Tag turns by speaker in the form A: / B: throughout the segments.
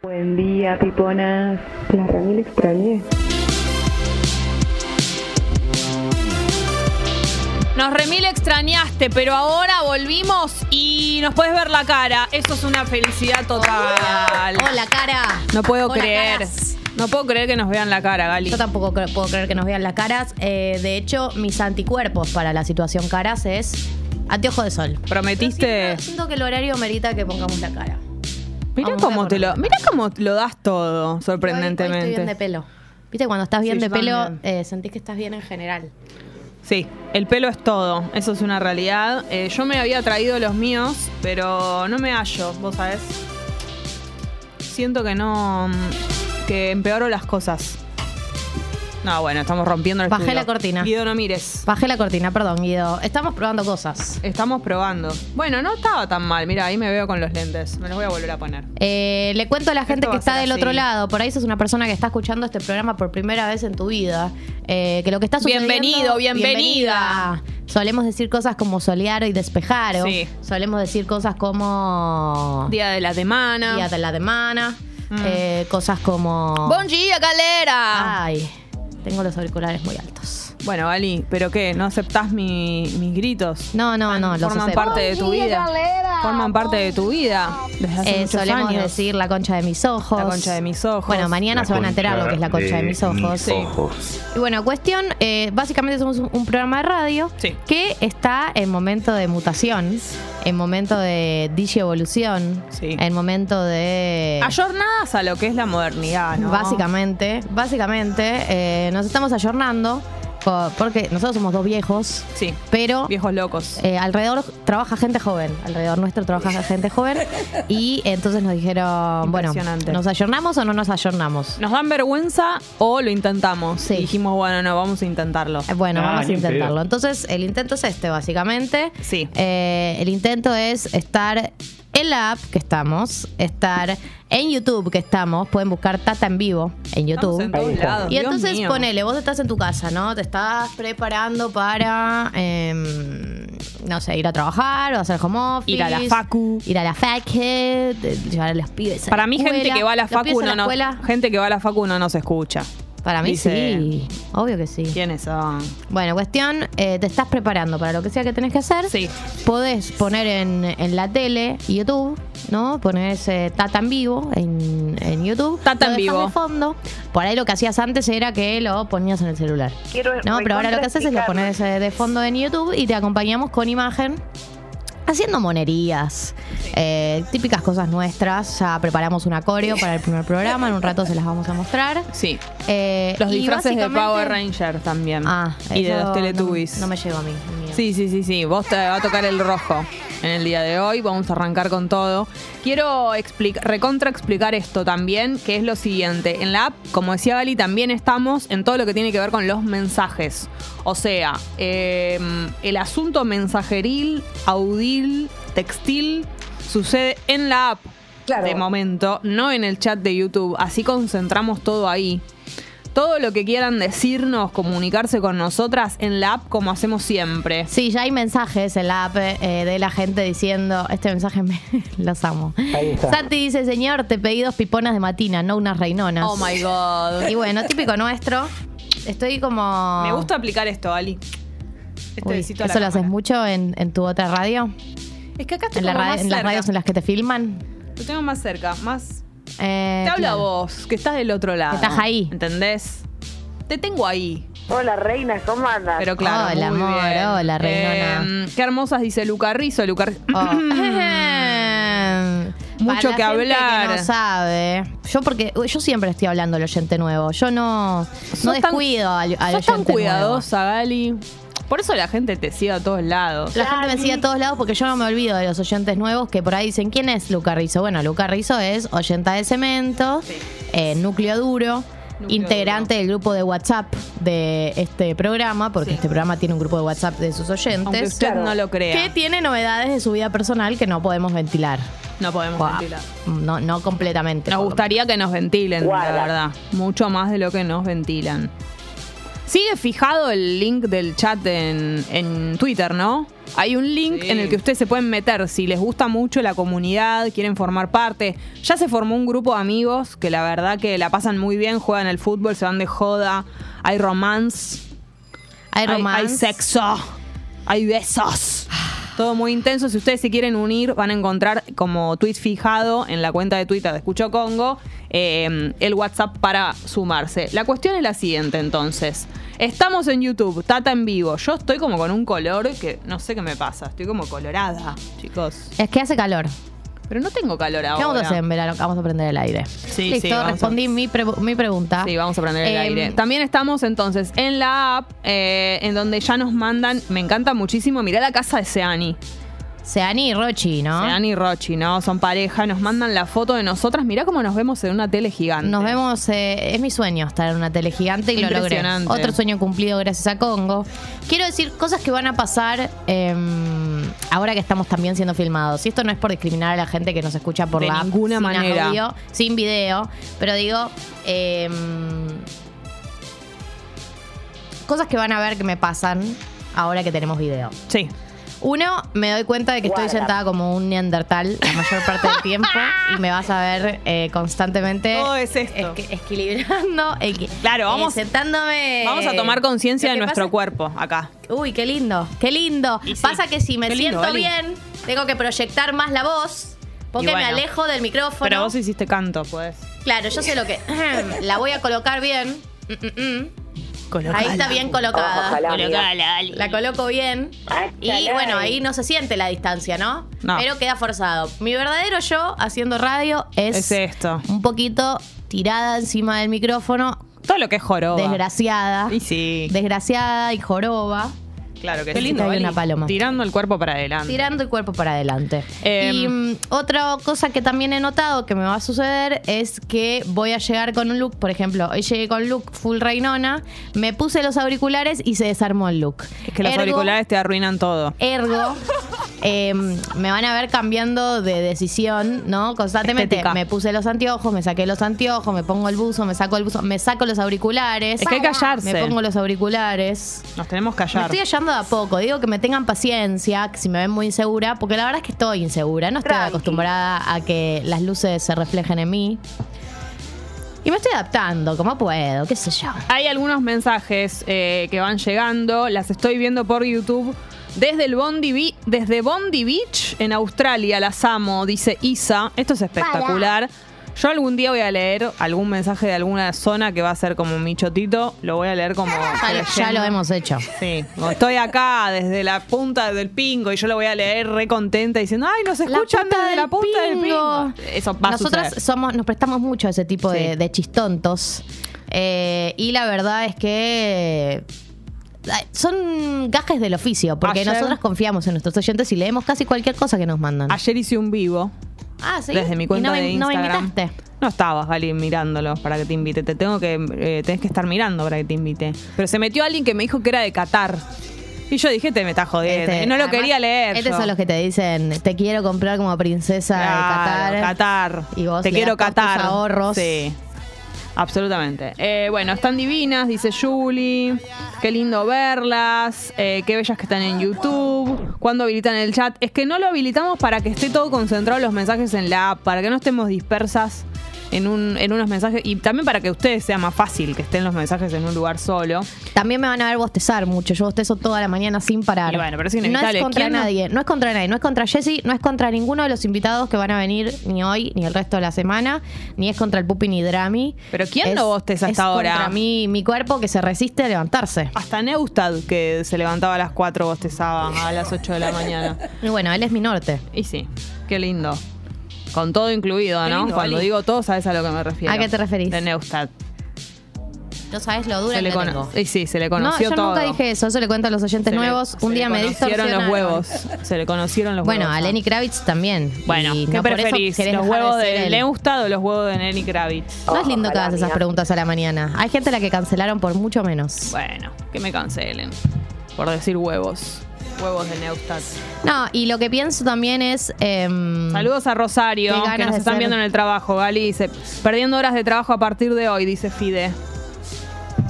A: Buen día, piponas. La Rami la extrañé.
B: Nos remil extrañaste, pero ahora volvimos y nos puedes ver la cara. Eso es una felicidad total.
C: Hola, cara.
B: No puedo
C: Hola,
B: creer.
C: caras.
B: No puedo creer que nos vean la cara, Gali.
C: Yo tampoco cre- puedo creer que nos vean las caras. Eh, de hecho, mis anticuerpos para la situación caras es anteojo de sol.
B: Prometiste.
C: Siento- Siento que el horario merita que pongamos la cara.
B: Mira
C: Vamos a
B: cómo te lo, mira cómo lo das todo,
C: Hoy- hoy
B: sorprendentemente.
C: estoy bien de pelo. Viste, cuando estás bien
B: Sí,
C: de
B: yo
C: pelo,
B: también.
C: eh, sentís que estás bien en general.
B: Sí, el pelo es todo, eso es una realidad. Eh, yo me había traído los míos, pero no me hallo, vos sabés. Siento que no. mm, que empeoro las cosas. No, bueno, estamos rompiendo el
C: Bajé
B: estudio.
C: la cortina.
B: Guido, no mires.
C: Bajé la cortina, perdón, Guido. Estamos probando cosas.
B: Estamos probando. Bueno, no estaba tan mal, mira, ahí me veo con los lentes. Me los voy a volver a poner.
C: Eh, le cuento a la gente
B: va
C: que
B: a
C: está
B: ser
C: del
B: así.
C: otro lado. Por ahí sos una persona que está escuchando este programa por primera vez en tu vida. Eh, que lo que está sucediendo...
B: Bienvenido, bienvenida.
C: Solemos decir cosas como solear y despejar. o
B: Sí.
C: Solemos decir cosas como...
B: Día de la semana.
C: Día de la semana.
B: Mm.
C: eh, cosas como...
B: Bon día, galera.
C: Ay, tengo los auriculares muy altos.
B: Bueno, Gali, ¿pero qué? ¿No aceptás mi- mis gritos?
C: No, no, Ah, no, los
B: forman
C: acepto.
B: parte de tu vida. Forman parte de tu vida desde hace
C: Eh,
B: muchos
C: solemos
B: años.
C: decir la concha de mis ojos.
B: La concha de mis ojos.
C: Bueno, mañana
D: La
C: se van a enterar lo que es la concha de mis ojos.
B: Sí.
D: ojos.
C: Y bueno, cuestión, eh, básicamente somos un, un programa de radio
B: Sí.
C: que está en momento de mutación, en momento de digievolución,
B: Sí.
C: en momento de...
B: Ayornadas a lo que es la modernidad, ¿no?
C: Básicamente, básicamente, eh, nos estamos ayornando co- porque nosotros somos dos viejos,
B: Sí.
C: pero...
B: Viejos locos.
C: eh, alrededor trabaja gente joven, alrededor nuestro trabaja gente joven y entonces nos dijeron, bueno,
B: Impresionante.
C: ¿nos ayornamos o no nos ayornamos?
B: ¿Nos dan vergüenza o lo intentamos?
C: Sí.
B: Y dijimos, bueno, no, vamos a intentarlo.
C: Eh, Bueno,
D: Ah,
C: vamos a
D: ni en pedo.
C: intentarlo. Entonces, el intento es este, básicamente.
B: Sí.
C: Eh, el intento es estar en la app que estamos, estar en YouTube que estamos. Pueden buscar Tata en vivo en
B: Estamos en
C: YouTube.
B: todos lados.
C: Y
B: Dios
C: entonces
B: mío.
C: ponele, vos estás en tu casa, ¿no? Te estás preparando para, em, no sé, ir a trabajar o hacer home office.
B: Ir a la facu.
C: Ir a la facu, eh, llevar a los pibes a
B: Para
C: la
B: mí, gente
C: escuela.
B: que va a la
C: Los pibes
B: facu no nos,
C: escuela.
B: gente que va a la facu no nos escucha.
C: Para mí
B: Dice-
C: sí, obvio que sí.
B: ¿Quiénes son?
C: Bueno, cuestión, eh, te estás preparando para lo que sea que tenés que hacer.
B: Sí.
C: Podés poner en, en la tele YouTube, ¿no? Ponés eh, Tata en vivo en, en YouTube.
B: Tata en
C: Lo dejás
B: vivo.
C: de fondo. Por ahí lo que hacías antes era que lo ponías en el celular. No, pero ahora lo que haces es lo pones eh, de fondo en YouTube y te acompañamos con imagen. Haciendo monerías, eh, típicas cosas nuestras. Ya preparamos un acorio para el primer programa, en un rato se las vamos a mostrar.
B: Sí.
C: Eh,
B: Los
C: y
B: disfraces de
C: básicamente-
B: Power Ranger también.
C: Ah,
B: y
C: eso
B: de los
C: no-
B: Teletubbies.
C: No, me llegó a mí. el mío.
B: Sí, sí, sí, sí. Vos te va a tocar el rojo en el día de hoy. Vamos a arrancar con todo. Quiero explic- recontra explicar esto también, que es lo siguiente. En la app, como decía Gali, también estamos en todo lo que tiene que ver con los mensajes. O sea, eh, el asunto mensajeril, audil, textil, sucede en la app. De momento, no en el chat de YouTube. Así concentramos todo ahí. Todo lo que quieran decirnos, comunicarse con nosotras en la app como hacemos siempre.
C: Sí, ya hay mensajes en la app eh, de la gente diciendo, este mensaje me los amo.
D: Ahí está.
C: Santi dice, señor, te pedí dos piponas de matina, no unas reinonas.
B: Oh my god.
C: Y bueno, típico nuestro. Estoy como...
B: Me gusta aplicar esto, Ali. Este
C: Uy,
B: besito a la
C: ¿Eso lo haces
B: cámara.
C: mucho en, en tu otra radio?
B: Es que acá estoy
C: En, la
B: como
C: ra-
B: más
C: en las
B: cerca.
C: radios en las que te filman.
B: Lo tengo más cerca, más.
C: Eh,
B: Te hablo a
C: claro.
B: vos, que estás del otro lado.
C: Estás ahí.
B: ¿Entendés? Te tengo ahí.
E: Hola, reinas, ¿cómo andas?
B: Pero claro.
C: Hola,
B: muy
C: amor,
B: bien.
C: hola, reinona.
B: Eh, qué hermosas dice Luca Rizzo. Luca Rizzo.
C: Oh.
B: Mucho
C: Mm. Para la
B: que
C: gente
B: hablar.
C: no sabe. Yo porque yo siempre estoy hablando al oyente nuevo. Yo no, no
B: Sos tan-
C: descuido al, al
B: Sos
C: oyente
B: tan
C: nuevo.
B: cuidadosa, Gali. Por eso la gente te sigue a todos lados.
C: La gente me sigue a todos lados porque yo no me olvido de los oyentes nuevos que por ahí dicen, ¿quién es Luca Rizzo? Bueno, Luca Rizzo es oyenta de cemento, eh, núcleo duro.
B: Núcleo
C: integrante del grupo de WhatsApp de este programa, porque
B: Sí.
C: este programa tiene un grupo de WhatsApp de sus
B: Aunque
C: oyentes,
B: usted no lo crea.
C: que tiene novedades de su vida personal que no podemos ventilar.
B: No podemos
C: Guau.
B: ventilar.
C: No, no completamente.
B: Nos
C: por lo
B: gustaría que nos ventilen,
E: Guarda.
B: la verdad. Mucho más de lo que nos ventilan. Sigue fijado el link del chat en, en Twitter, ¿no? Hay un link
D: Sí.
B: en el que ustedes se pueden meter si les gusta mucho la comunidad, quieren formar parte. Ya se formó un grupo de amigos que la verdad que la pasan muy bien, juegan al fútbol, se van de joda, hay romance,
C: Hay romance.
B: hay sexo, hay besos. Todo muy intenso. Si ustedes se quieren unir, van a encontrar como tweet fijado en la cuenta de Twitter de Escucho Congo eh, el WhatsApp para sumarse. La cuestión es la siguiente, entonces. Estamos en YouTube, Tata en vivo. Yo estoy como con un color que no sé qué me pasa. Estoy como colorada, chicos.
C: Es que hace calor.
B: Pero no tengo calor ahora.
C: ¿Qué vamos a hacer en verano? Vamos a prender el aire.
B: Ah, Sí,
C: Listo,
B: sí, vamos a-
C: respondí mi, pre- mi pregunta.
B: Sí, vamos a prender el
C: Em,
B: aire. También estamos entonces en la app, eh, en donde ya nos mandan, me encanta muchísimo, mirá la casa de Seani.
C: Seani y Rochi, ¿no?
B: Seani y Rochi, ¿no? Son pareja, nos mandan la foto de nosotras, mirá cómo nos vemos en una tele gigante.
C: Nos vemos, eh, es mi sueño estar en una tele gigante y lo logré.
B: Impresionante.
C: Otro sueño cumplido gracias a Congo. Quiero decir cosas que van a pasar eh, ahora que estamos también siendo filmados. Y esto no es por discriminar a la gente que nos escucha por
B: De
C: la app,
B: ninguna
C: sin
B: manera.
C: audio, sin video, pero digo eh, cosas que van a ver que me pasan ahora que tenemos video.
B: Sí.
C: Uno, me doy cuenta de que estoy
E: Guarda.
C: sentada como un neandertal la mayor parte del tiempo y me vas a ver eh, constantemente
B: Todo es esto.
C: esqui- equilibrando. equi-
B: Claro, vamos-
C: sentándome.
B: Vamos a tomar conciencia
C: eh, Lo
B: de
C: que
B: nuestro
C: pasa-
B: cuerpo acá.
C: Uy, qué lindo, qué lindo.
B: Y sí.
C: Pasa que si me
B: Qué lindo,
C: siento
B: Eli.
C: bien, tengo que proyectar más la voz porque
B: Y bueno.
C: me alejo del micrófono.
B: Pero vos hiciste canto, pues.
C: Claro, yo sé lo que. la voy a colocar bien. Mm, mm, mm. Ahí está bien colocada.
E: Ojalá, amiga.
C: La coloco bien. Y
E: Ojalá.
C: bueno, ahí no se siente la distancia, ¿no?
B: No.
C: Pero queda forzado. Mi verdadero yo haciendo radio es,
B: Es esto.
C: un poquito tirada encima del micrófono,
B: Todo lo que es joroba.
C: desgraciada.
B: Y sí,
C: Desgraciada y joroba,
B: claro que
C: Qué
B: sí.
C: lindo, Hay Eli. una paloma.
B: Tirando el cuerpo para adelante.
C: tirando el cuerpo para adelante.
B: Em.
C: y mm, otra cosa que también he notado que me va a suceder es que voy a llegar con un look, por ejemplo, hoy llegué con look full reinona, me puse los auriculares y se desarmó el look.
B: es que los
C: Ergo,
B: auriculares te arruinan todo.
C: Ergo, eh, me van a ver cambiando de decisión, ¿no? Constantemente.
B: Estética.
C: Me puse los anteojos, me saqué los anteojos, me pongo el buzo, me saco el buzo, me saco los auriculares.
B: Es que hay que callarse.
C: Me pongo los auriculares.
B: Nos tenemos que
C: Me
B: hallar.
C: estoy hallando de a poco. Digo que me tengan paciencia, que si me ven muy insegura, porque la verdad es que estoy insegura. No estoy
E: Tranqui.
C: acostumbrada a que las luces se reflejen en mí. Y me estoy adaptando, como puedo, qué sé yo.
B: Hay algunos mensajes eh, que van llegando, las estoy viendo por YouTube. Desde el Bondi Be- desde Bondi Beach en Australia, las amo, dice Isa. Esto es espectacular. Yo algún día voy a leer algún mensaje de alguna zona que va a ser como mi chotito. Lo voy a leer como.
C: Ya lo- Ya lo hemos hecho.
B: Sí, como estoy acá desde la punta del pingo y yo lo voy a leer re contenta diciendo, ay, nos escuchan
C: punta
B: desde la
C: del
B: punta
C: pingo.
B: del pingo. Eso va a
C: Nosotras
B: suceder.
C: somos, nos prestamos mucho a ese tipo
B: Sí.
C: de, de chistontos. Eh, y la verdad es que ay, son gajes del oficio, porque
B: Ayer-
C: nosotras confiamos en nuestros oyentes y leemos casi cualquier cosa que nos mandan.
B: Ayer hice un vivo
C: ah, sí.
B: desde mi
C: Y
B: cuenta
C: no me-
B: de
C: no me
B: Instagram.
C: invitaste.
B: No estabas, Vali, mirándolo para que te invite. Te tengo que, eh, tenés que estar mirando para que te invite. Pero se metió alguien que me dijo que era de Qatar. Y yo dije, te me está jodiendo.
C: Este,
B: Y Eh, no lo
C: además,
B: quería leer.
C: Estos
B: yo.
C: son los que te dicen, te quiero comprar como princesa
B: Claro,
C: de Qatar.
B: Qatar.
C: Y vos
B: te
C: le
B: quiero
C: das todos tus
B: Qatar.
C: ahorros.
B: Sí. Absolutamente. Eh, bueno, están divinas, dice Julie. Qué lindo verlas. Eh, qué bellas que están en YouTube. ¿Cuándo habilitan el chat? Es que no lo habilitamos para que esté todo concentrado los mensajes en la app, para que no estemos dispersas en, un, en unos mensajes y también para que a ustedes sea más fácil que estén los mensajes en un lugar solo.
C: También me van a ver bostezar mucho. Yo bostezo toda la mañana sin parar.
B: Y bueno, pero es
C: No
B: inevitable.
C: es contra
B: ¿Quién no?
C: nadie. No es contra nadie. No es contra Jessy. No es contra ninguno de los invitados que van a venir ni hoy, ni el resto de la semana. Ni es contra el Pupi ni Drami.
B: Pero ¿quién
C: Es-
B: no bosteza hasta
C: Es
B: ahora?
C: contra mí, mi cuerpo que se resiste a levantarse.
B: Hasta Neustad, que se levantaba a las 4, bostezaba a las 8 de la mañana.
C: Y bueno, él es mi norte.
B: Y sí, qué lindo. Con todo incluido,
D: Qué
B: ¿no?
D: lindo,
B: Cuando
D: Ali.
B: digo todo, sabes a lo que me refiero.
C: ¿A qué te referís?
B: De Neustadt.
C: No sabes lo duro
B: Se
C: que
B: le cono-
C: tengo.
B: y sí, se le
C: No,
B: conoció
C: yo
B: todo.
C: nunca dije eso. Eso le cuento a los
B: Se
C: oyentes
B: le-
C: nuevos. Un
B: se
C: día
B: le
C: me
B: conocieron
C: distorsionaron.
B: los huevos. Se le conocieron los
C: Bueno,
B: huevos.
C: a
B: ¿no?
C: Lenny Kravitz también.
B: Bueno,
C: Y
B: ¿qué
C: no por eso
B: preferís?
C: querés
B: ¿Los
C: dejar
B: huevos
C: ser
B: de
C: él.
B: Neustad o los huevos de Lenny Kravitz?
C: No es lindo que
E: Ojalá,
C: hagas esas
E: amiga.
C: preguntas a la mañana. Hay gente a la que cancelaron por mucho menos.
B: Bueno, que me cancelen. Por decir huevos. Huevos de Neustadt.
C: No, y lo que pienso también es. em,
B: Saludos a Rosario,
C: Qué ganas
B: que nos
C: de
B: están
C: ser-
B: viendo en el trabajo. Gali dice, perdiendo horas de trabajo a partir de hoy, dice Fide.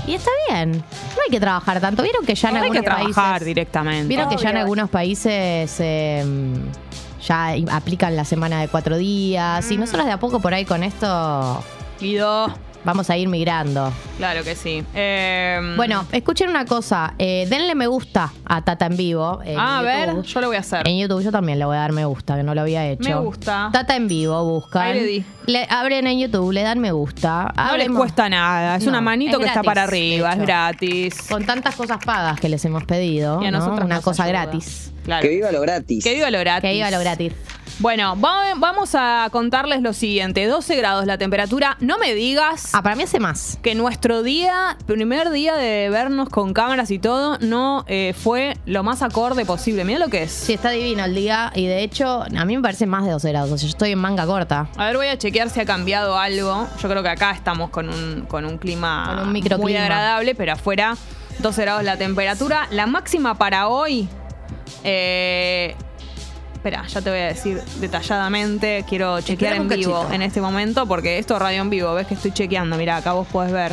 C: Y está bien. No hay que trabajar tanto. Vieron que ya en
B: No hay
C: algunos
B: que trabajar
C: países.
B: directamente.
C: Vieron que ya en
E: Obvio.
C: algunos países eh, ya i- aplican la semana de cuatro días.
B: Mm.
C: Y nosotros de a poco por ahí con esto
B: Guido,
C: vamos a ir migrando.
B: claro que sí. Eh,
C: Bueno, escuchen una cosa. eh, denle me gusta a Tata en vivo. en
B: ah, a ver,
C: YouTube. Eh,
B: yo lo voy a hacer.
C: En YouTube yo también le voy a dar me gusta, que no lo había hecho.
B: Me gusta.
C: Tata en vivo, buscan.
B: Ahí le di.
C: Le- abren en YouTube, le dan me gusta.
B: No les
C: Hablemos-
B: cuesta nada, es
C: No,
B: una manito
C: es
B: que está
C: gratis,
B: para
C: de
B: arriba,
C: hecho.
B: es gratis.
C: Con tantas cosas pagas que les hemos pedido.
B: Y a
C: ¿no?
B: nosotros
C: Una
B: nos
C: cosa
B: ayuda.
C: gratis.
B: Claro.
D: Que viva lo gratis.
B: Que viva lo gratis.
C: Que iba lo gratis.
B: Bueno, va- vamos a contarles lo siguiente. 12 grados la temperatura. No me digas
C: Ah, para mí hace más.
B: que nuestro día, primer día de vernos con cámaras y todo, no eh, fue lo más acorde posible. Mira lo que es.
C: Sí, está divino el día. Y de hecho, a mí me parece más de 12 grados. O sea, yo estoy en manga corta.
B: A ver, voy a chequear si ha cambiado algo. Yo creo que acá estamos con un, con un clima
C: Con un
B: muy
C: microclima.
B: agradable, pero afuera 12 grados la temperatura. La máxima para hoy. eh, espera, ya te voy a decir detalladamente. Quiero chequear en
F: un
B: vivo
F: cachito.
B: en este momento, porque esto es radio en vivo. Ves que estoy chequeando. Mirá, acá vos podés ver.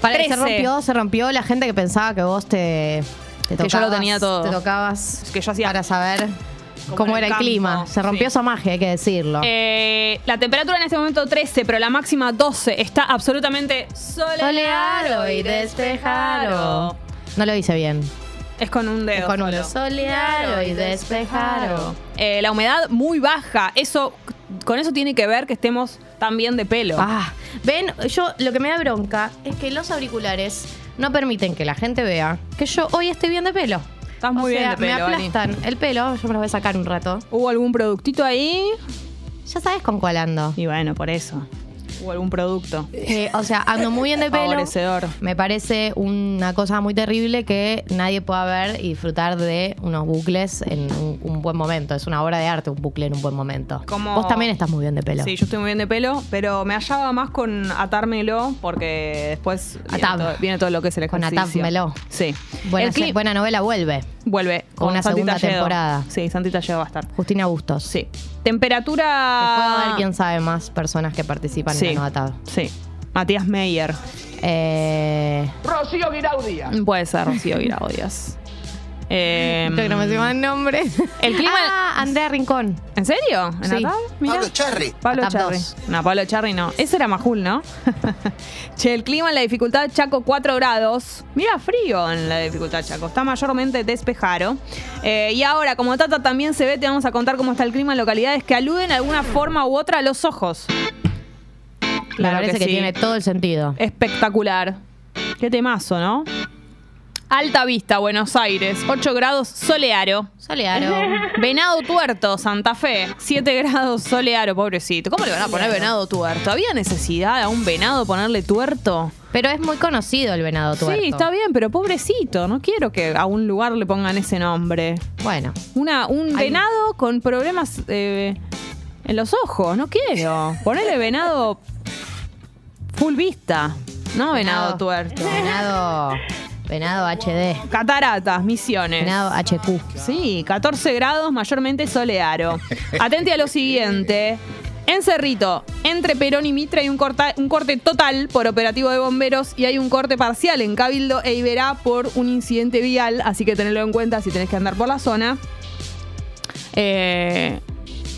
C: Para que se
B: 13.
C: rompió, se rompió la gente que pensaba que vos te, te
B: Que
C: tocabas.
B: yo lo tenía todo.
C: Te tocabas.
B: que yo hacía-
C: Para saber
B: Como
C: cómo
B: en el
C: era el
B: campo,
C: clima. Se rompió
B: sí.
C: esa magia, hay que decirlo.
B: Eh, la temperatura en este momento 13, pero la máxima 12. Está absolutamente soleado y despejado.
C: No lo hice bien.
B: Es con un dedo.
C: Con
B: solo.
C: un soleado y despejado.
B: Eh, la humedad muy baja. Eso, con eso tiene que ver que estemos tan bien de pelo.
C: Ah, ven, yo lo que me da bronca es que los auriculares no permiten que la gente vea que yo hoy estoy bien de pelo.
B: Estás muy
C: O
B: bien de
C: sea,
B: pelo,
C: Me
B: Ani.
C: aplastan el pelo, yo me los voy a sacar un rato.
B: ¿Hubo algún productito ahí?
C: Ya sabes con cuál ando.
B: Y bueno, por eso. ¿Hubo algún producto?
C: Eh, o sea, ando muy bien de pelo.
B: Favorecedor.
C: Me parece una cosa muy terrible que nadie pueda ver y disfrutar de unos bucles en un, un buen momento. Es una obra de arte un bucle en un buen momento.
B: Como-
C: Vos también estás muy bien de pelo.
B: Sí, yo estoy muy bien de pelo, pero me hallaba más con atármelo porque después viene
C: Atab.
B: todo, viene todo lo que es el
C: Con
B: ejercicio.
C: atármelo.
B: Sí.
C: Buena,
B: El
C: se-
B: clip
C: buena novela, vuelve.
B: vuelve
C: con una
B: Santi
C: segunda
B: Talledo.
C: temporada.
B: Sí, Santita Talledo va a estar.
C: Justina Bustos.
B: Sí.
C: Que pueda
B: Temperatura...
C: haber, quién sabe, más personas que participan
B: Sí.
C: en la novatada.
B: Sí. Matías Meyer.
C: Eh,
B: Puede ser Rocío Díaz. Eh,
C: creo que no me sé más nombres.
B: El clima-
C: Ah, Andrea Rincón.
B: ¿En serio? ¿En
C: Sí.
B: Natal? Mirá.
G: Pablo Charri.
B: Pablo
C: Atap
B: Charri.
C: dos.
B: No, Pablo Charri no. Ese era Majul, ¿no? che, el clima en la dificultad Chaco 4 grados. Mira, frío en la dificultad Chaco. Está mayormente despejado. Eh, y ahora, como Tata también se ve, te vamos a contar cómo está el clima en localidades que aluden de alguna forma u otra a los ojos. Claro
C: me
B: que
C: parece que,
B: sí. Eh.
C: tiene todo el sentido.
B: Espectacular. Qué temazo, ¿no? Alta Vista, Buenos Aires. 8 grados solearo.
C: Solearo.
B: Venado Tuerto, Santa Fe. 7 grados solearo, pobrecito. ¿Cómo le van a poner venado tuerto? ¿Había necesidad a un venado ponerle tuerto?
C: Pero es muy conocido el venado tuerto.
B: Sí, está bien, pero pobrecito. No quiero que a un lugar le pongan ese nombre.
C: Bueno,
B: Una, un
C: Ay.
B: venado con problemas eh, en los ojos. No quiero. Ponerle venado full vista. No venado, tuerto.
C: Venado, venado HD.
B: Cataratas, misiones.
C: Venado HQ.
B: Sí, 14 grados, mayormente solearo. Atente a lo siguiente. En Cerrito, entre Perón y Mitre hay un, corta- un corte total por operativo de bomberos y hay un corte parcial en Cabildo e Iberá por un incidente vial, así que tenedlo en cuenta si tenés que andar por la zona. Eh,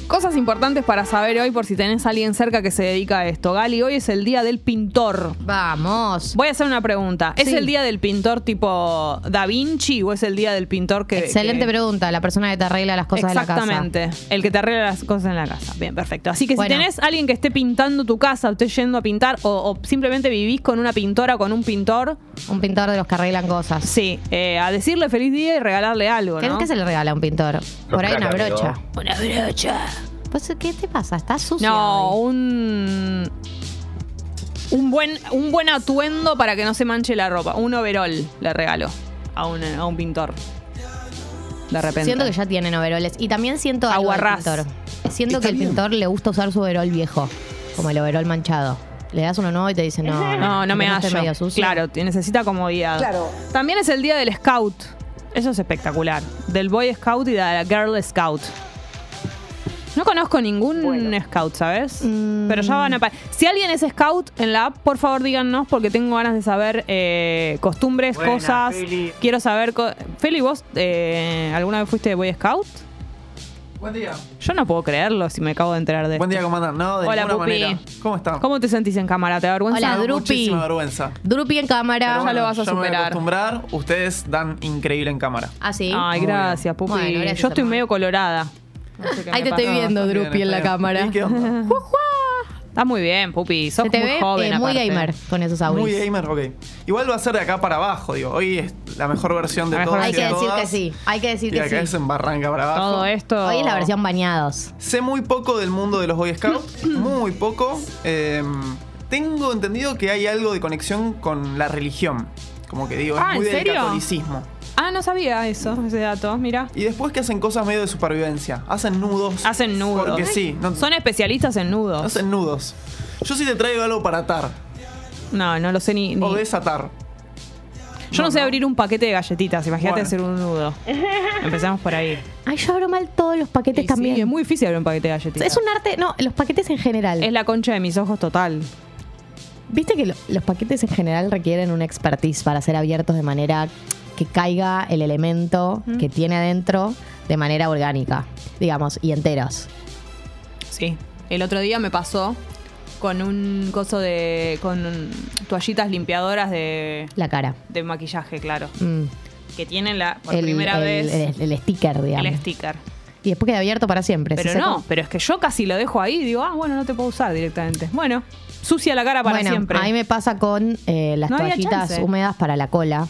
B: cosas importantes para saber hoy por si tenés a alguien cerca que se dedica a esto. Gali, hoy es el día del pintor.
C: Vamos.
B: Voy a hacer una pregunta. ¿Es
C: Sí.
B: el día del pintor tipo Da Vinci o es el día del pintor que...
C: Excelente
B: que-
C: pregunta. La persona que te arregla las cosas de la casa.
B: Exactamente. El que te arregla las cosas en la casa. Bien, perfecto. Así que
C: Bueno.
B: si tenés alguien que esté pintando tu casa, o estés yendo a pintar, o, o simplemente vivís con una pintora o con un pintor,
C: Un pintor de los que arreglan cosas.
B: sí, eh, a decirle feliz día y regalarle algo,
C: ¿Qué,
B: ¿no?
C: qué se le regala a un pintor? Por ahí una brocha.
B: Una brocha.
C: Pues, ¿Qué te pasa? ¿Estás sucio?
B: No,
C: hoy?
B: un. Un buen, un buen atuendo para que no se manche la ropa. Un overall le regalo a un, a un pintor. De repente.
C: Siento que ya tienen overoles. Y también siento algo del
B: Aguarrás.
C: pintor. Siento
G: Está
C: que el
G: bien.
C: pintor le gusta usar su overol viejo, como el overol manchado. Le das uno nuevo y te dice, no,
B: No, no me
C: porque estoy
B: hallo.
C: medio sucio.
B: Claro, te- necesita comodidad.
F: Claro.
B: También es el día del scout. Eso es espectacular. Del boy scout y de la girl scout. No conozco ningún
E: Bueno.
B: scout, ¿sabes?
C: Mm.
B: Pero ya van a... pa- Si alguien es scout en la app, por favor díganos porque tengo ganas de saber eh, costumbres,
D: Buena,
B: cosas.
D: Feli.
B: Quiero saber... co- Feli, ¿vos eh, alguna vez fuiste Boy Scout?
D: Buen día.
B: Yo no puedo creerlo si me acabo de enterar de
D: Buen
B: esto.
D: día, comandante. No, de
B: Hola,
D: ninguna
B: Pupi.
D: manera. ¿Cómo está?
B: ¿Cómo te sentís en cámara? ¿Te da vergüenza?
C: Hola,
D: Me da
C: Drupi.
D: Muchísima vergüenza.
C: Drupi en cámara.
D: Pero
B: Ya
D: bueno,
B: lo vas a
D: ya me voy
B: superar.
D: acostumbrar. Ustedes dan increíble en cámara.
C: Ah, sí.
B: Ay,
D: Muy
B: gracias, Pupi.
C: Bueno, gracias,
B: Yo estoy
C: hermano.
B: medio colorada. No sé qué
C: Ahí
B: me
C: te estoy
B: pasa.
C: viendo,
D: Bien,
C: Drupi, en la
D: está bien.
C: cámara.
D: este. ¿Y qué onda?
B: Está muy bien, Pupi. Sos
C: Se te
B: muy
C: ve
B: joven,
C: eh, muy
B: aparte.
C: gamer con esos
D: Muy
C: auris.
D: gamer, ok. Igual va a ser de acá para abajo, digo. Hoy es la mejor versión de
B: La
D: todos
B: mejor
C: Hay
D: y de
C: que decir
D: todas.
C: que sí. Hay que decir
D: Y acá
C: que
D: es
C: sí.
D: en barranca para abajo.
B: Todo esto.
C: Hoy es la versión bañados.
D: Sé muy poco del mundo de los Boy Scouts, muy poco. Eh, tengo entendido que hay algo de conexión con la religión. Como que digo, es
B: Ah, ¿en
D: muy del
B: serio?
D: catolicismo.
B: Ah, no sabía eso, ese dato, mira.
D: Y después que hacen cosas medio de supervivencia. Hacen nudos.
B: Hacen nudos.
D: Porque sí, no,
B: Son especialistas en nudos.
D: hacen nudos. Yo sí te traigo algo para atar
B: No, no lo sé ni. ni-
D: o desatar.
B: Yo no,
D: no,
B: sé
D: no.
B: abrir un paquete de galletitas, imagínate
D: Bueno.
B: hacer un nudo. Empezamos por ahí.
C: Ay, yo abro mal todos los paquetes
B: Y
C: también.
B: sí, es muy difícil abrir un paquete de galletitas.
C: Este Es un arte, no, los paquetes en general.
B: Es la concha de mis ojos total.
C: Viste que lo- los paquetes en general requieren una expertise para ser abiertos de manera que caiga el elemento que tiene adentro de manera orgánica, digamos, y enteros.
B: Sí. El otro día me pasó con un coso de. con un- toallitas limpiadoras de.
C: La cara.
B: de maquillaje, claro.
C: Mm.
B: Que tienen la por
C: el,
B: primera
C: el-
B: vez el,
C: el- el sticker, digamos.
B: sticker.
C: y después queda abierto para siempre.
B: Pero
C: se
B: no,
C: seca.
B: pero es que yo casi lo dejo ahí y digo, ah, bueno, no te puedo usar directamente. Bueno, sucia la cara para
C: bueno,
B: siempre.
C: a mí me pasa con eh, las
B: No había
C: toallitas
B: chance.
C: húmedas para la cola,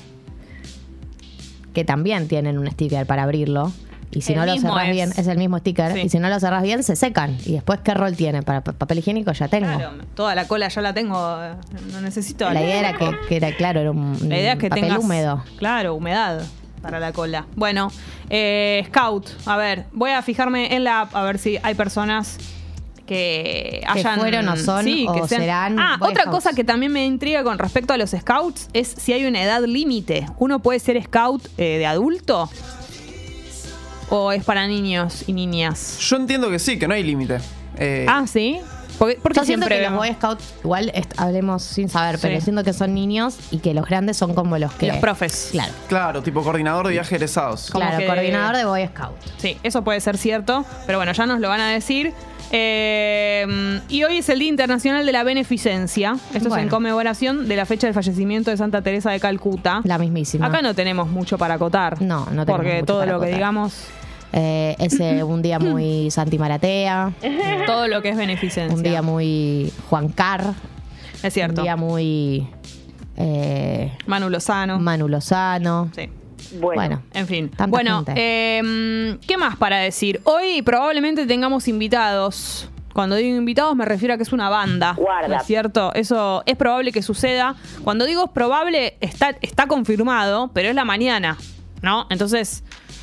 C: que también tienen un sticker para abrirlo. Y si
B: El
C: no lo
B: mismo
C: cerrás
B: es.
C: bien, es el mismo sticker.
B: Sí.
C: Y si no lo cerrás bien, se secan. Y después, ¿qué rol tiene? Para pa- papel higiénico ya tengo.
B: Claro, toda la cola ya la tengo, eh, no necesito.
C: La idea era que, que era, claro, era un
B: La idea es que
C: papel
B: tengas
C: húmedo.
B: Claro, humedad para la cola. Bueno, eh, Scout, a ver, voy a fijarme en la app a ver si hay personas que hayan
C: fueron o son
B: sí, que
C: o
B: sean-
C: serán
B: Ah,
C: Boy
B: otra
C: Scouts.
B: cosa que también me intriga con respecto a los scouts es si hay una edad límite. ¿Uno puede ser scout eh, de adulto? ¿O es para niños y niñas?
D: Yo entiendo que sí, que no hay límite. Eh,
B: Ah, sí. Porque, porque
C: Yo siento
B: siempre
C: que los
B: vemos-
C: Boy Scouts, igual est- hablemos sin saber, pero
B: Sí.
C: siento que son niños y que los grandes son como los que.
B: Los profes.
C: Claro,
D: Claro, tipo coordinador de viajes egresados.
B: Como
C: claro,
B: que-
C: coordinador de Boy Scout.
B: Sí, eso puede ser cierto, pero bueno, ya nos lo van a decir. Eh, y hoy es el Día Internacional de la Beneficencia. Esto es en
C: Bueno.
B: conmemoración de la fecha del fallecimiento de Santa Teresa de Calcuta.
C: La mismísima.
B: Acá no tenemos mucho para acotar.
C: No, no tenemos
B: Porque
C: mucho
B: todo
C: para
B: lo que
C: acotar.
B: digamos,
C: Eh, es eh, un día muy Santi Maratea,
B: todo lo que es beneficencia.
C: un día muy Juan Carr,
B: es cierto.
C: un día muy eh,
B: Manu Lozano.
C: Manu Lozano.
B: sí.
E: Bueno,
C: Bueno.
B: En fin.
C: Tanta
B: bueno,
C: gente.
B: eh, ¿qué más para decir? Hoy probablemente tengamos invitados. Cuando digo invitados me refiero a que es una banda.
E: Guarda.
B: ¿no es cierto? Eso es probable que suceda. Cuando digo es probable, está, está confirmado, pero es la mañana, ¿no? Entonces,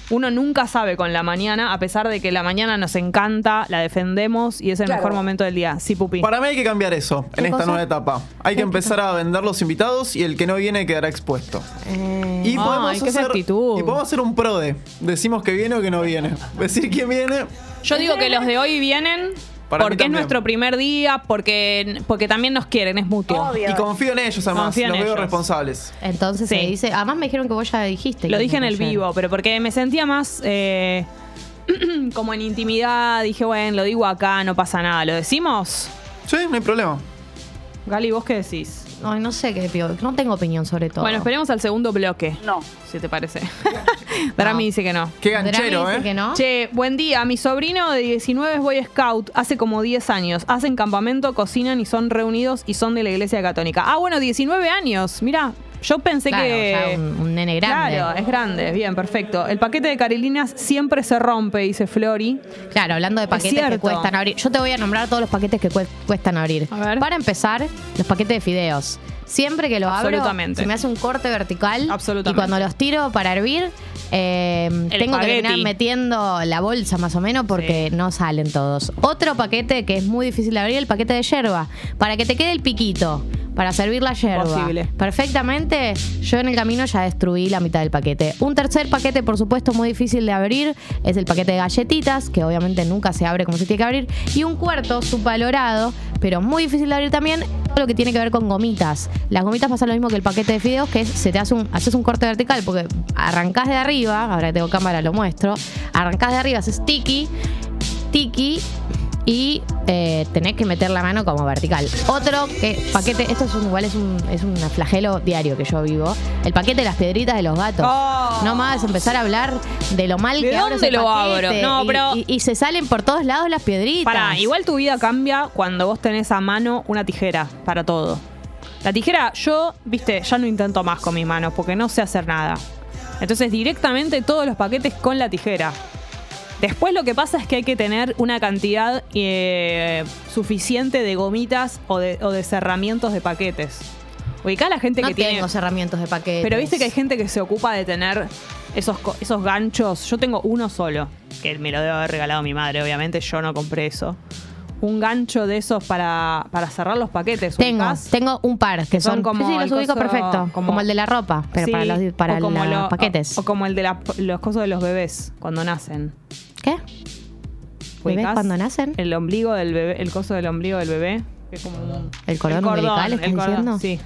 B: uno nunca sabe con la mañana, a pesar de que la mañana nos encanta, la defendemos y es el
E: Claro.
B: mejor momento del día. Sí, Pupi.
D: Para mí hay que cambiar eso en
C: ¿Qué
D: esta
C: cosa?
D: nueva etapa. Hay que empezar a vender los invitados y el que no viene quedará expuesto. Y
B: Eh, Ay,
D: podemos,
B: qué
D: hacer, y
B: actitud.
D: podemos hacer un prode. Decimos que viene o que no viene. Decir quién viene.
B: Yo digo que los de hoy vienen
D: Para mí
B: porque es
D: también.
B: nuestro primer día, porque, porque también nos quieren, es mutuo.
E: Obvio.
D: Y confío en ellos además.
B: Confío en
D: los veo
B: ellos.
D: responsables.
C: Entonces
B: Sí.
C: se dice, además me dijeron que vos ya dijiste.
B: Lo
C: que
B: dije en el
C: ayer.
B: vivo, pero porque me sentía más eh, como en intimidad. Dije, bueno, lo digo acá, no pasa nada. ¿Lo decimos?
D: Sí, no hay problema.
B: Gali, ¿vos qué decís?
C: Ay, no sé qué, pio- no tengo opinión sobre todo.
B: Bueno, esperemos al segundo bloque,
E: no.
B: si te parece. Darami
C: No. ¿Ah?
B: dice que no.
D: Qué
C: Drami
D: ganchero,
C: dice
D: ¿eh?
C: que no.
B: Che, buen día. Mi sobrino de 19 es Boy Scout, hace como 10 años. Hacen campamento, cocinan y son reunidos y son de la iglesia católica. Ah, bueno, 19 años. Mira, yo pensé
C: Claro,
B: que.
C: ya un, un nene grande.
B: Claro, es grande. Bien, perfecto. El paquete de carilinas siempre se rompe, dice Flori.
C: Claro, hablando de paquetes
B: cierto.
C: que cuestan abrir. Yo te voy a nombrar todos los paquetes que cue- cuestan abrir.
B: A ver.
C: Para empezar, los paquetes de fideos. Siempre que lo abro,
B: Absolutamente.
C: se me hace un corte vertical.
B: Absolutamente.
C: Y cuando los tiro para hervir, eh, tengo que
B: espagueti.
C: terminar metiendo la bolsa más o menos porque no salen todos. Otro paquete que es muy difícil de abrir, el paquete de yerba. Para que te quede el piquito. para servir la yerba.
B: Posible.
C: Perfectamente, yo en el camino ya destruí la mitad del paquete. Un tercer paquete, por supuesto, muy difícil de abrir, es el paquete de galletitas, que obviamente nunca se abre como se tiene que abrir. Y un cuarto, subvalorado, pero muy difícil de abrir también, todo lo que tiene que ver con gomitas. Las gomitas pasa lo mismo que el paquete de fideos, que es, se te hace un, haces un corte vertical, porque arrancás de arriba, ahora que tengo cámara lo muestro, arrancás de arriba, haces tiki, tiki y eh, tenés que meter la mano como vertical. Otro que, paquete, esto es un, igual es un, es un flagelo diario que yo vivo, el paquete de las piedritas de los gatos.
B: Oh.
C: No más empezar a hablar de lo mal
B: ¿De
C: que abro
B: dónde
C: ese
B: lo
C: paquete
B: abro? No,
C: y,
B: pero-
C: y- y se salen por todos lados las piedritas.
B: Pará, igual tu vida cambia cuando vos tenés a mano una tijera para todo. La tijera, yo, viste, ya no intento más con mis manos porque no sé hacer nada. Entonces, directamente todos los paquetes con la tijera. Después lo que pasa es que hay que tener una cantidad eh, suficiente de gomitas o de, o de cerramientos de paquetes. Ubicá a la gente
C: no
B: que tiene...
C: tengo herramientas de paquete.
B: Pero viste que hay gente que se ocupa de tener esos, co- esos ganchos. Yo tengo uno solo, que me lo debe haber regalado mi madre, obviamente yo no compré eso. Un gancho de esos para, para cerrar los paquetes.
C: Tengo,
B: ubicás.
C: tengo un par que
B: Son
C: son,
B: como
C: Sí, sí, los
B: el
C: ubico
B: coso-
C: perfecto.
B: como-
C: Como, el de la ropa, pero
B: Sí,
C: para los, para
B: o como
C: los
B: lo-
C: paquetes.
B: O, o como el de la- los cosos de los bebés cuando nacen.
C: ¿Qué? ¿Bebés
B: ¿Ubicás?
C: cuando nacen?
B: El ombligo del bebé, el coso del ombligo del bebé. que es como un-
C: ¿El cordón umbilical, estás
B: el
C: diciendo?
B: Sí.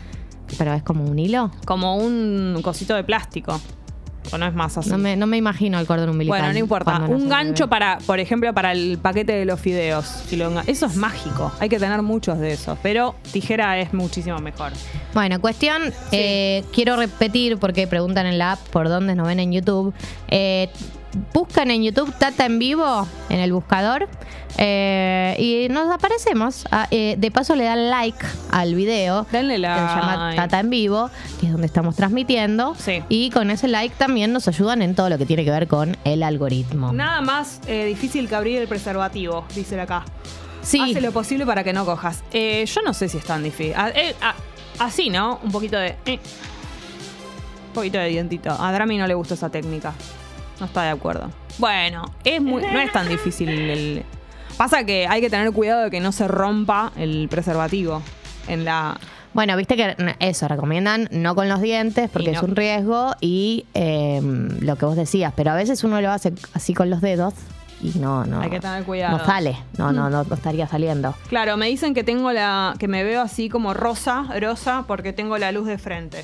C: Pero es como un hilo.
B: Como un cosito de plástico. O no es más así.
C: No me, no me imagino el cordón umbilical.
B: Bueno, no importa.
C: cuando nace
B: Un
C: el
B: gancho
C: bebé.
B: para, por ejemplo, para el paquete de los fideos. Si lo enga- Eso es mágico. Hay que tener muchos de esos. Pero tijera es muchísimo mejor.
C: Bueno, cuestión, eh, quiero repetir porque preguntan en la app por dónde nos ven en YouTube. Eh, buscan en YouTube Tata en vivo en el buscador eh, y nos aparecemos. Ah, eh, de paso le dan like al video.
B: Denle
C: que se llama
B: like.
C: Tata en Vivo, que es donde estamos transmitiendo.
B: Sí.
C: Y con ese like también nos ayudan en todo lo que tiene que ver con el algoritmo.
B: Nada más eh, difícil que abrir el preservativo, dicen acá.
C: Sí.
B: Hace lo posible para que no cojas. Eh, yo no sé si es tan difícil. Ah, eh, ah, así, ¿no? Un poquito de. eh. Un poquito de dientito. A Drami no le gusta esa técnica. No está de acuerdo. Bueno, es muy, no es tan difícil el. Pasa que hay que tener cuidado de que no se rompa el preservativo en la.
C: Bueno, viste que n- eso recomiendan no con los dientes porque
B: Y no.
C: es un riesgo y eh, lo que vos decías, pero a veces uno lo hace así con los dedos y no, no.
B: Hay que tener cuidado. Mm.
C: No sale, no, no, no, no estaría saliendo.
B: Claro, me dicen que tengo la. que me veo así como rosa, rosa, porque tengo la luz de frente.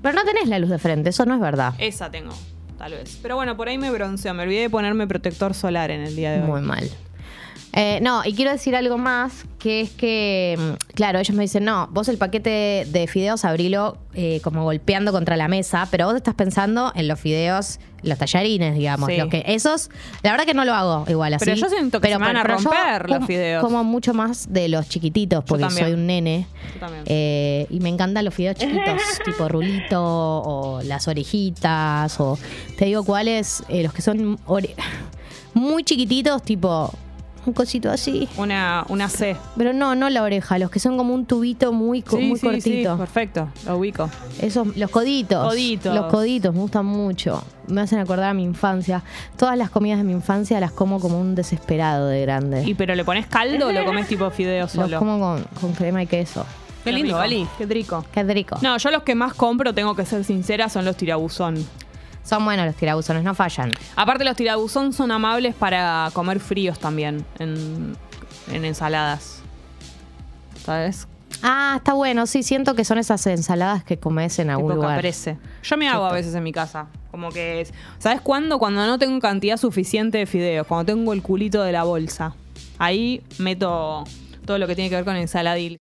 C: Pero no tenés la luz de frente, eso no es verdad.
B: Esa tengo, tal vez. Pero bueno, por ahí me bronceo. Me olvidé de ponerme protector solar en el día de hoy.
C: Muy mal. Eh, no, y quiero decir algo más, que es que, mm, claro, ellos me dicen, no, vos el paquete de fideos abrilo eh, como golpeando contra la mesa, pero vos estás pensando en los fideos, los tallarines, digamos,
B: Sí.
C: los que esos, la verdad que no lo hago igual así.
B: Pero yo siento que se me van a
C: yo
B: romper los
C: como-
B: fideos.
C: Como mucho más de los chiquititos, porque
B: también.
C: soy un nene.
B: Yo también.
C: Eh, y me encantan los fideos chiquitos, tipo rulito o las orejitas o te digo cuáles, eh, los que son ore- muy chiquititos, tipo un cosito así.
B: Una, una C.
C: Pero no, no la oreja, los que son como un tubito muy, co- muy cortito.
B: perfecto, lo ubico.
C: Esos, los coditos.
B: Coditos.
C: Los coditos, me gustan mucho. Me hacen acordar a mi infancia. Todas las comidas de mi infancia las como como un desesperado de grande.
B: ¿Y pero le pones caldo o lo comes tipo fideo
C: los
B: solo?
C: como con, con crema y queso.
B: Qué lindo, Vali. Qué rico.
C: Qué rico.
B: No, yo los que más compro, tengo que ser sincera, son los tirabuzón.
C: Son buenos los tirabuzones, no fallan.
B: Aparte, los tirabuzón son amables para comer fríos también en, en ensaladas. ¿Sabes?
C: Ah, está bueno. Sí, siento que son esas ensaladas que comes en algún
B: Tipo
C: lugar.
B: caprese. Yo me hago a veces en mi casa. Como que es. ¿Sabes cuándo? Cuando no tengo cantidad suficiente de fideos. Cuando tengo el culito de la bolsa. Ahí meto todo lo que tiene que ver con ensaladil.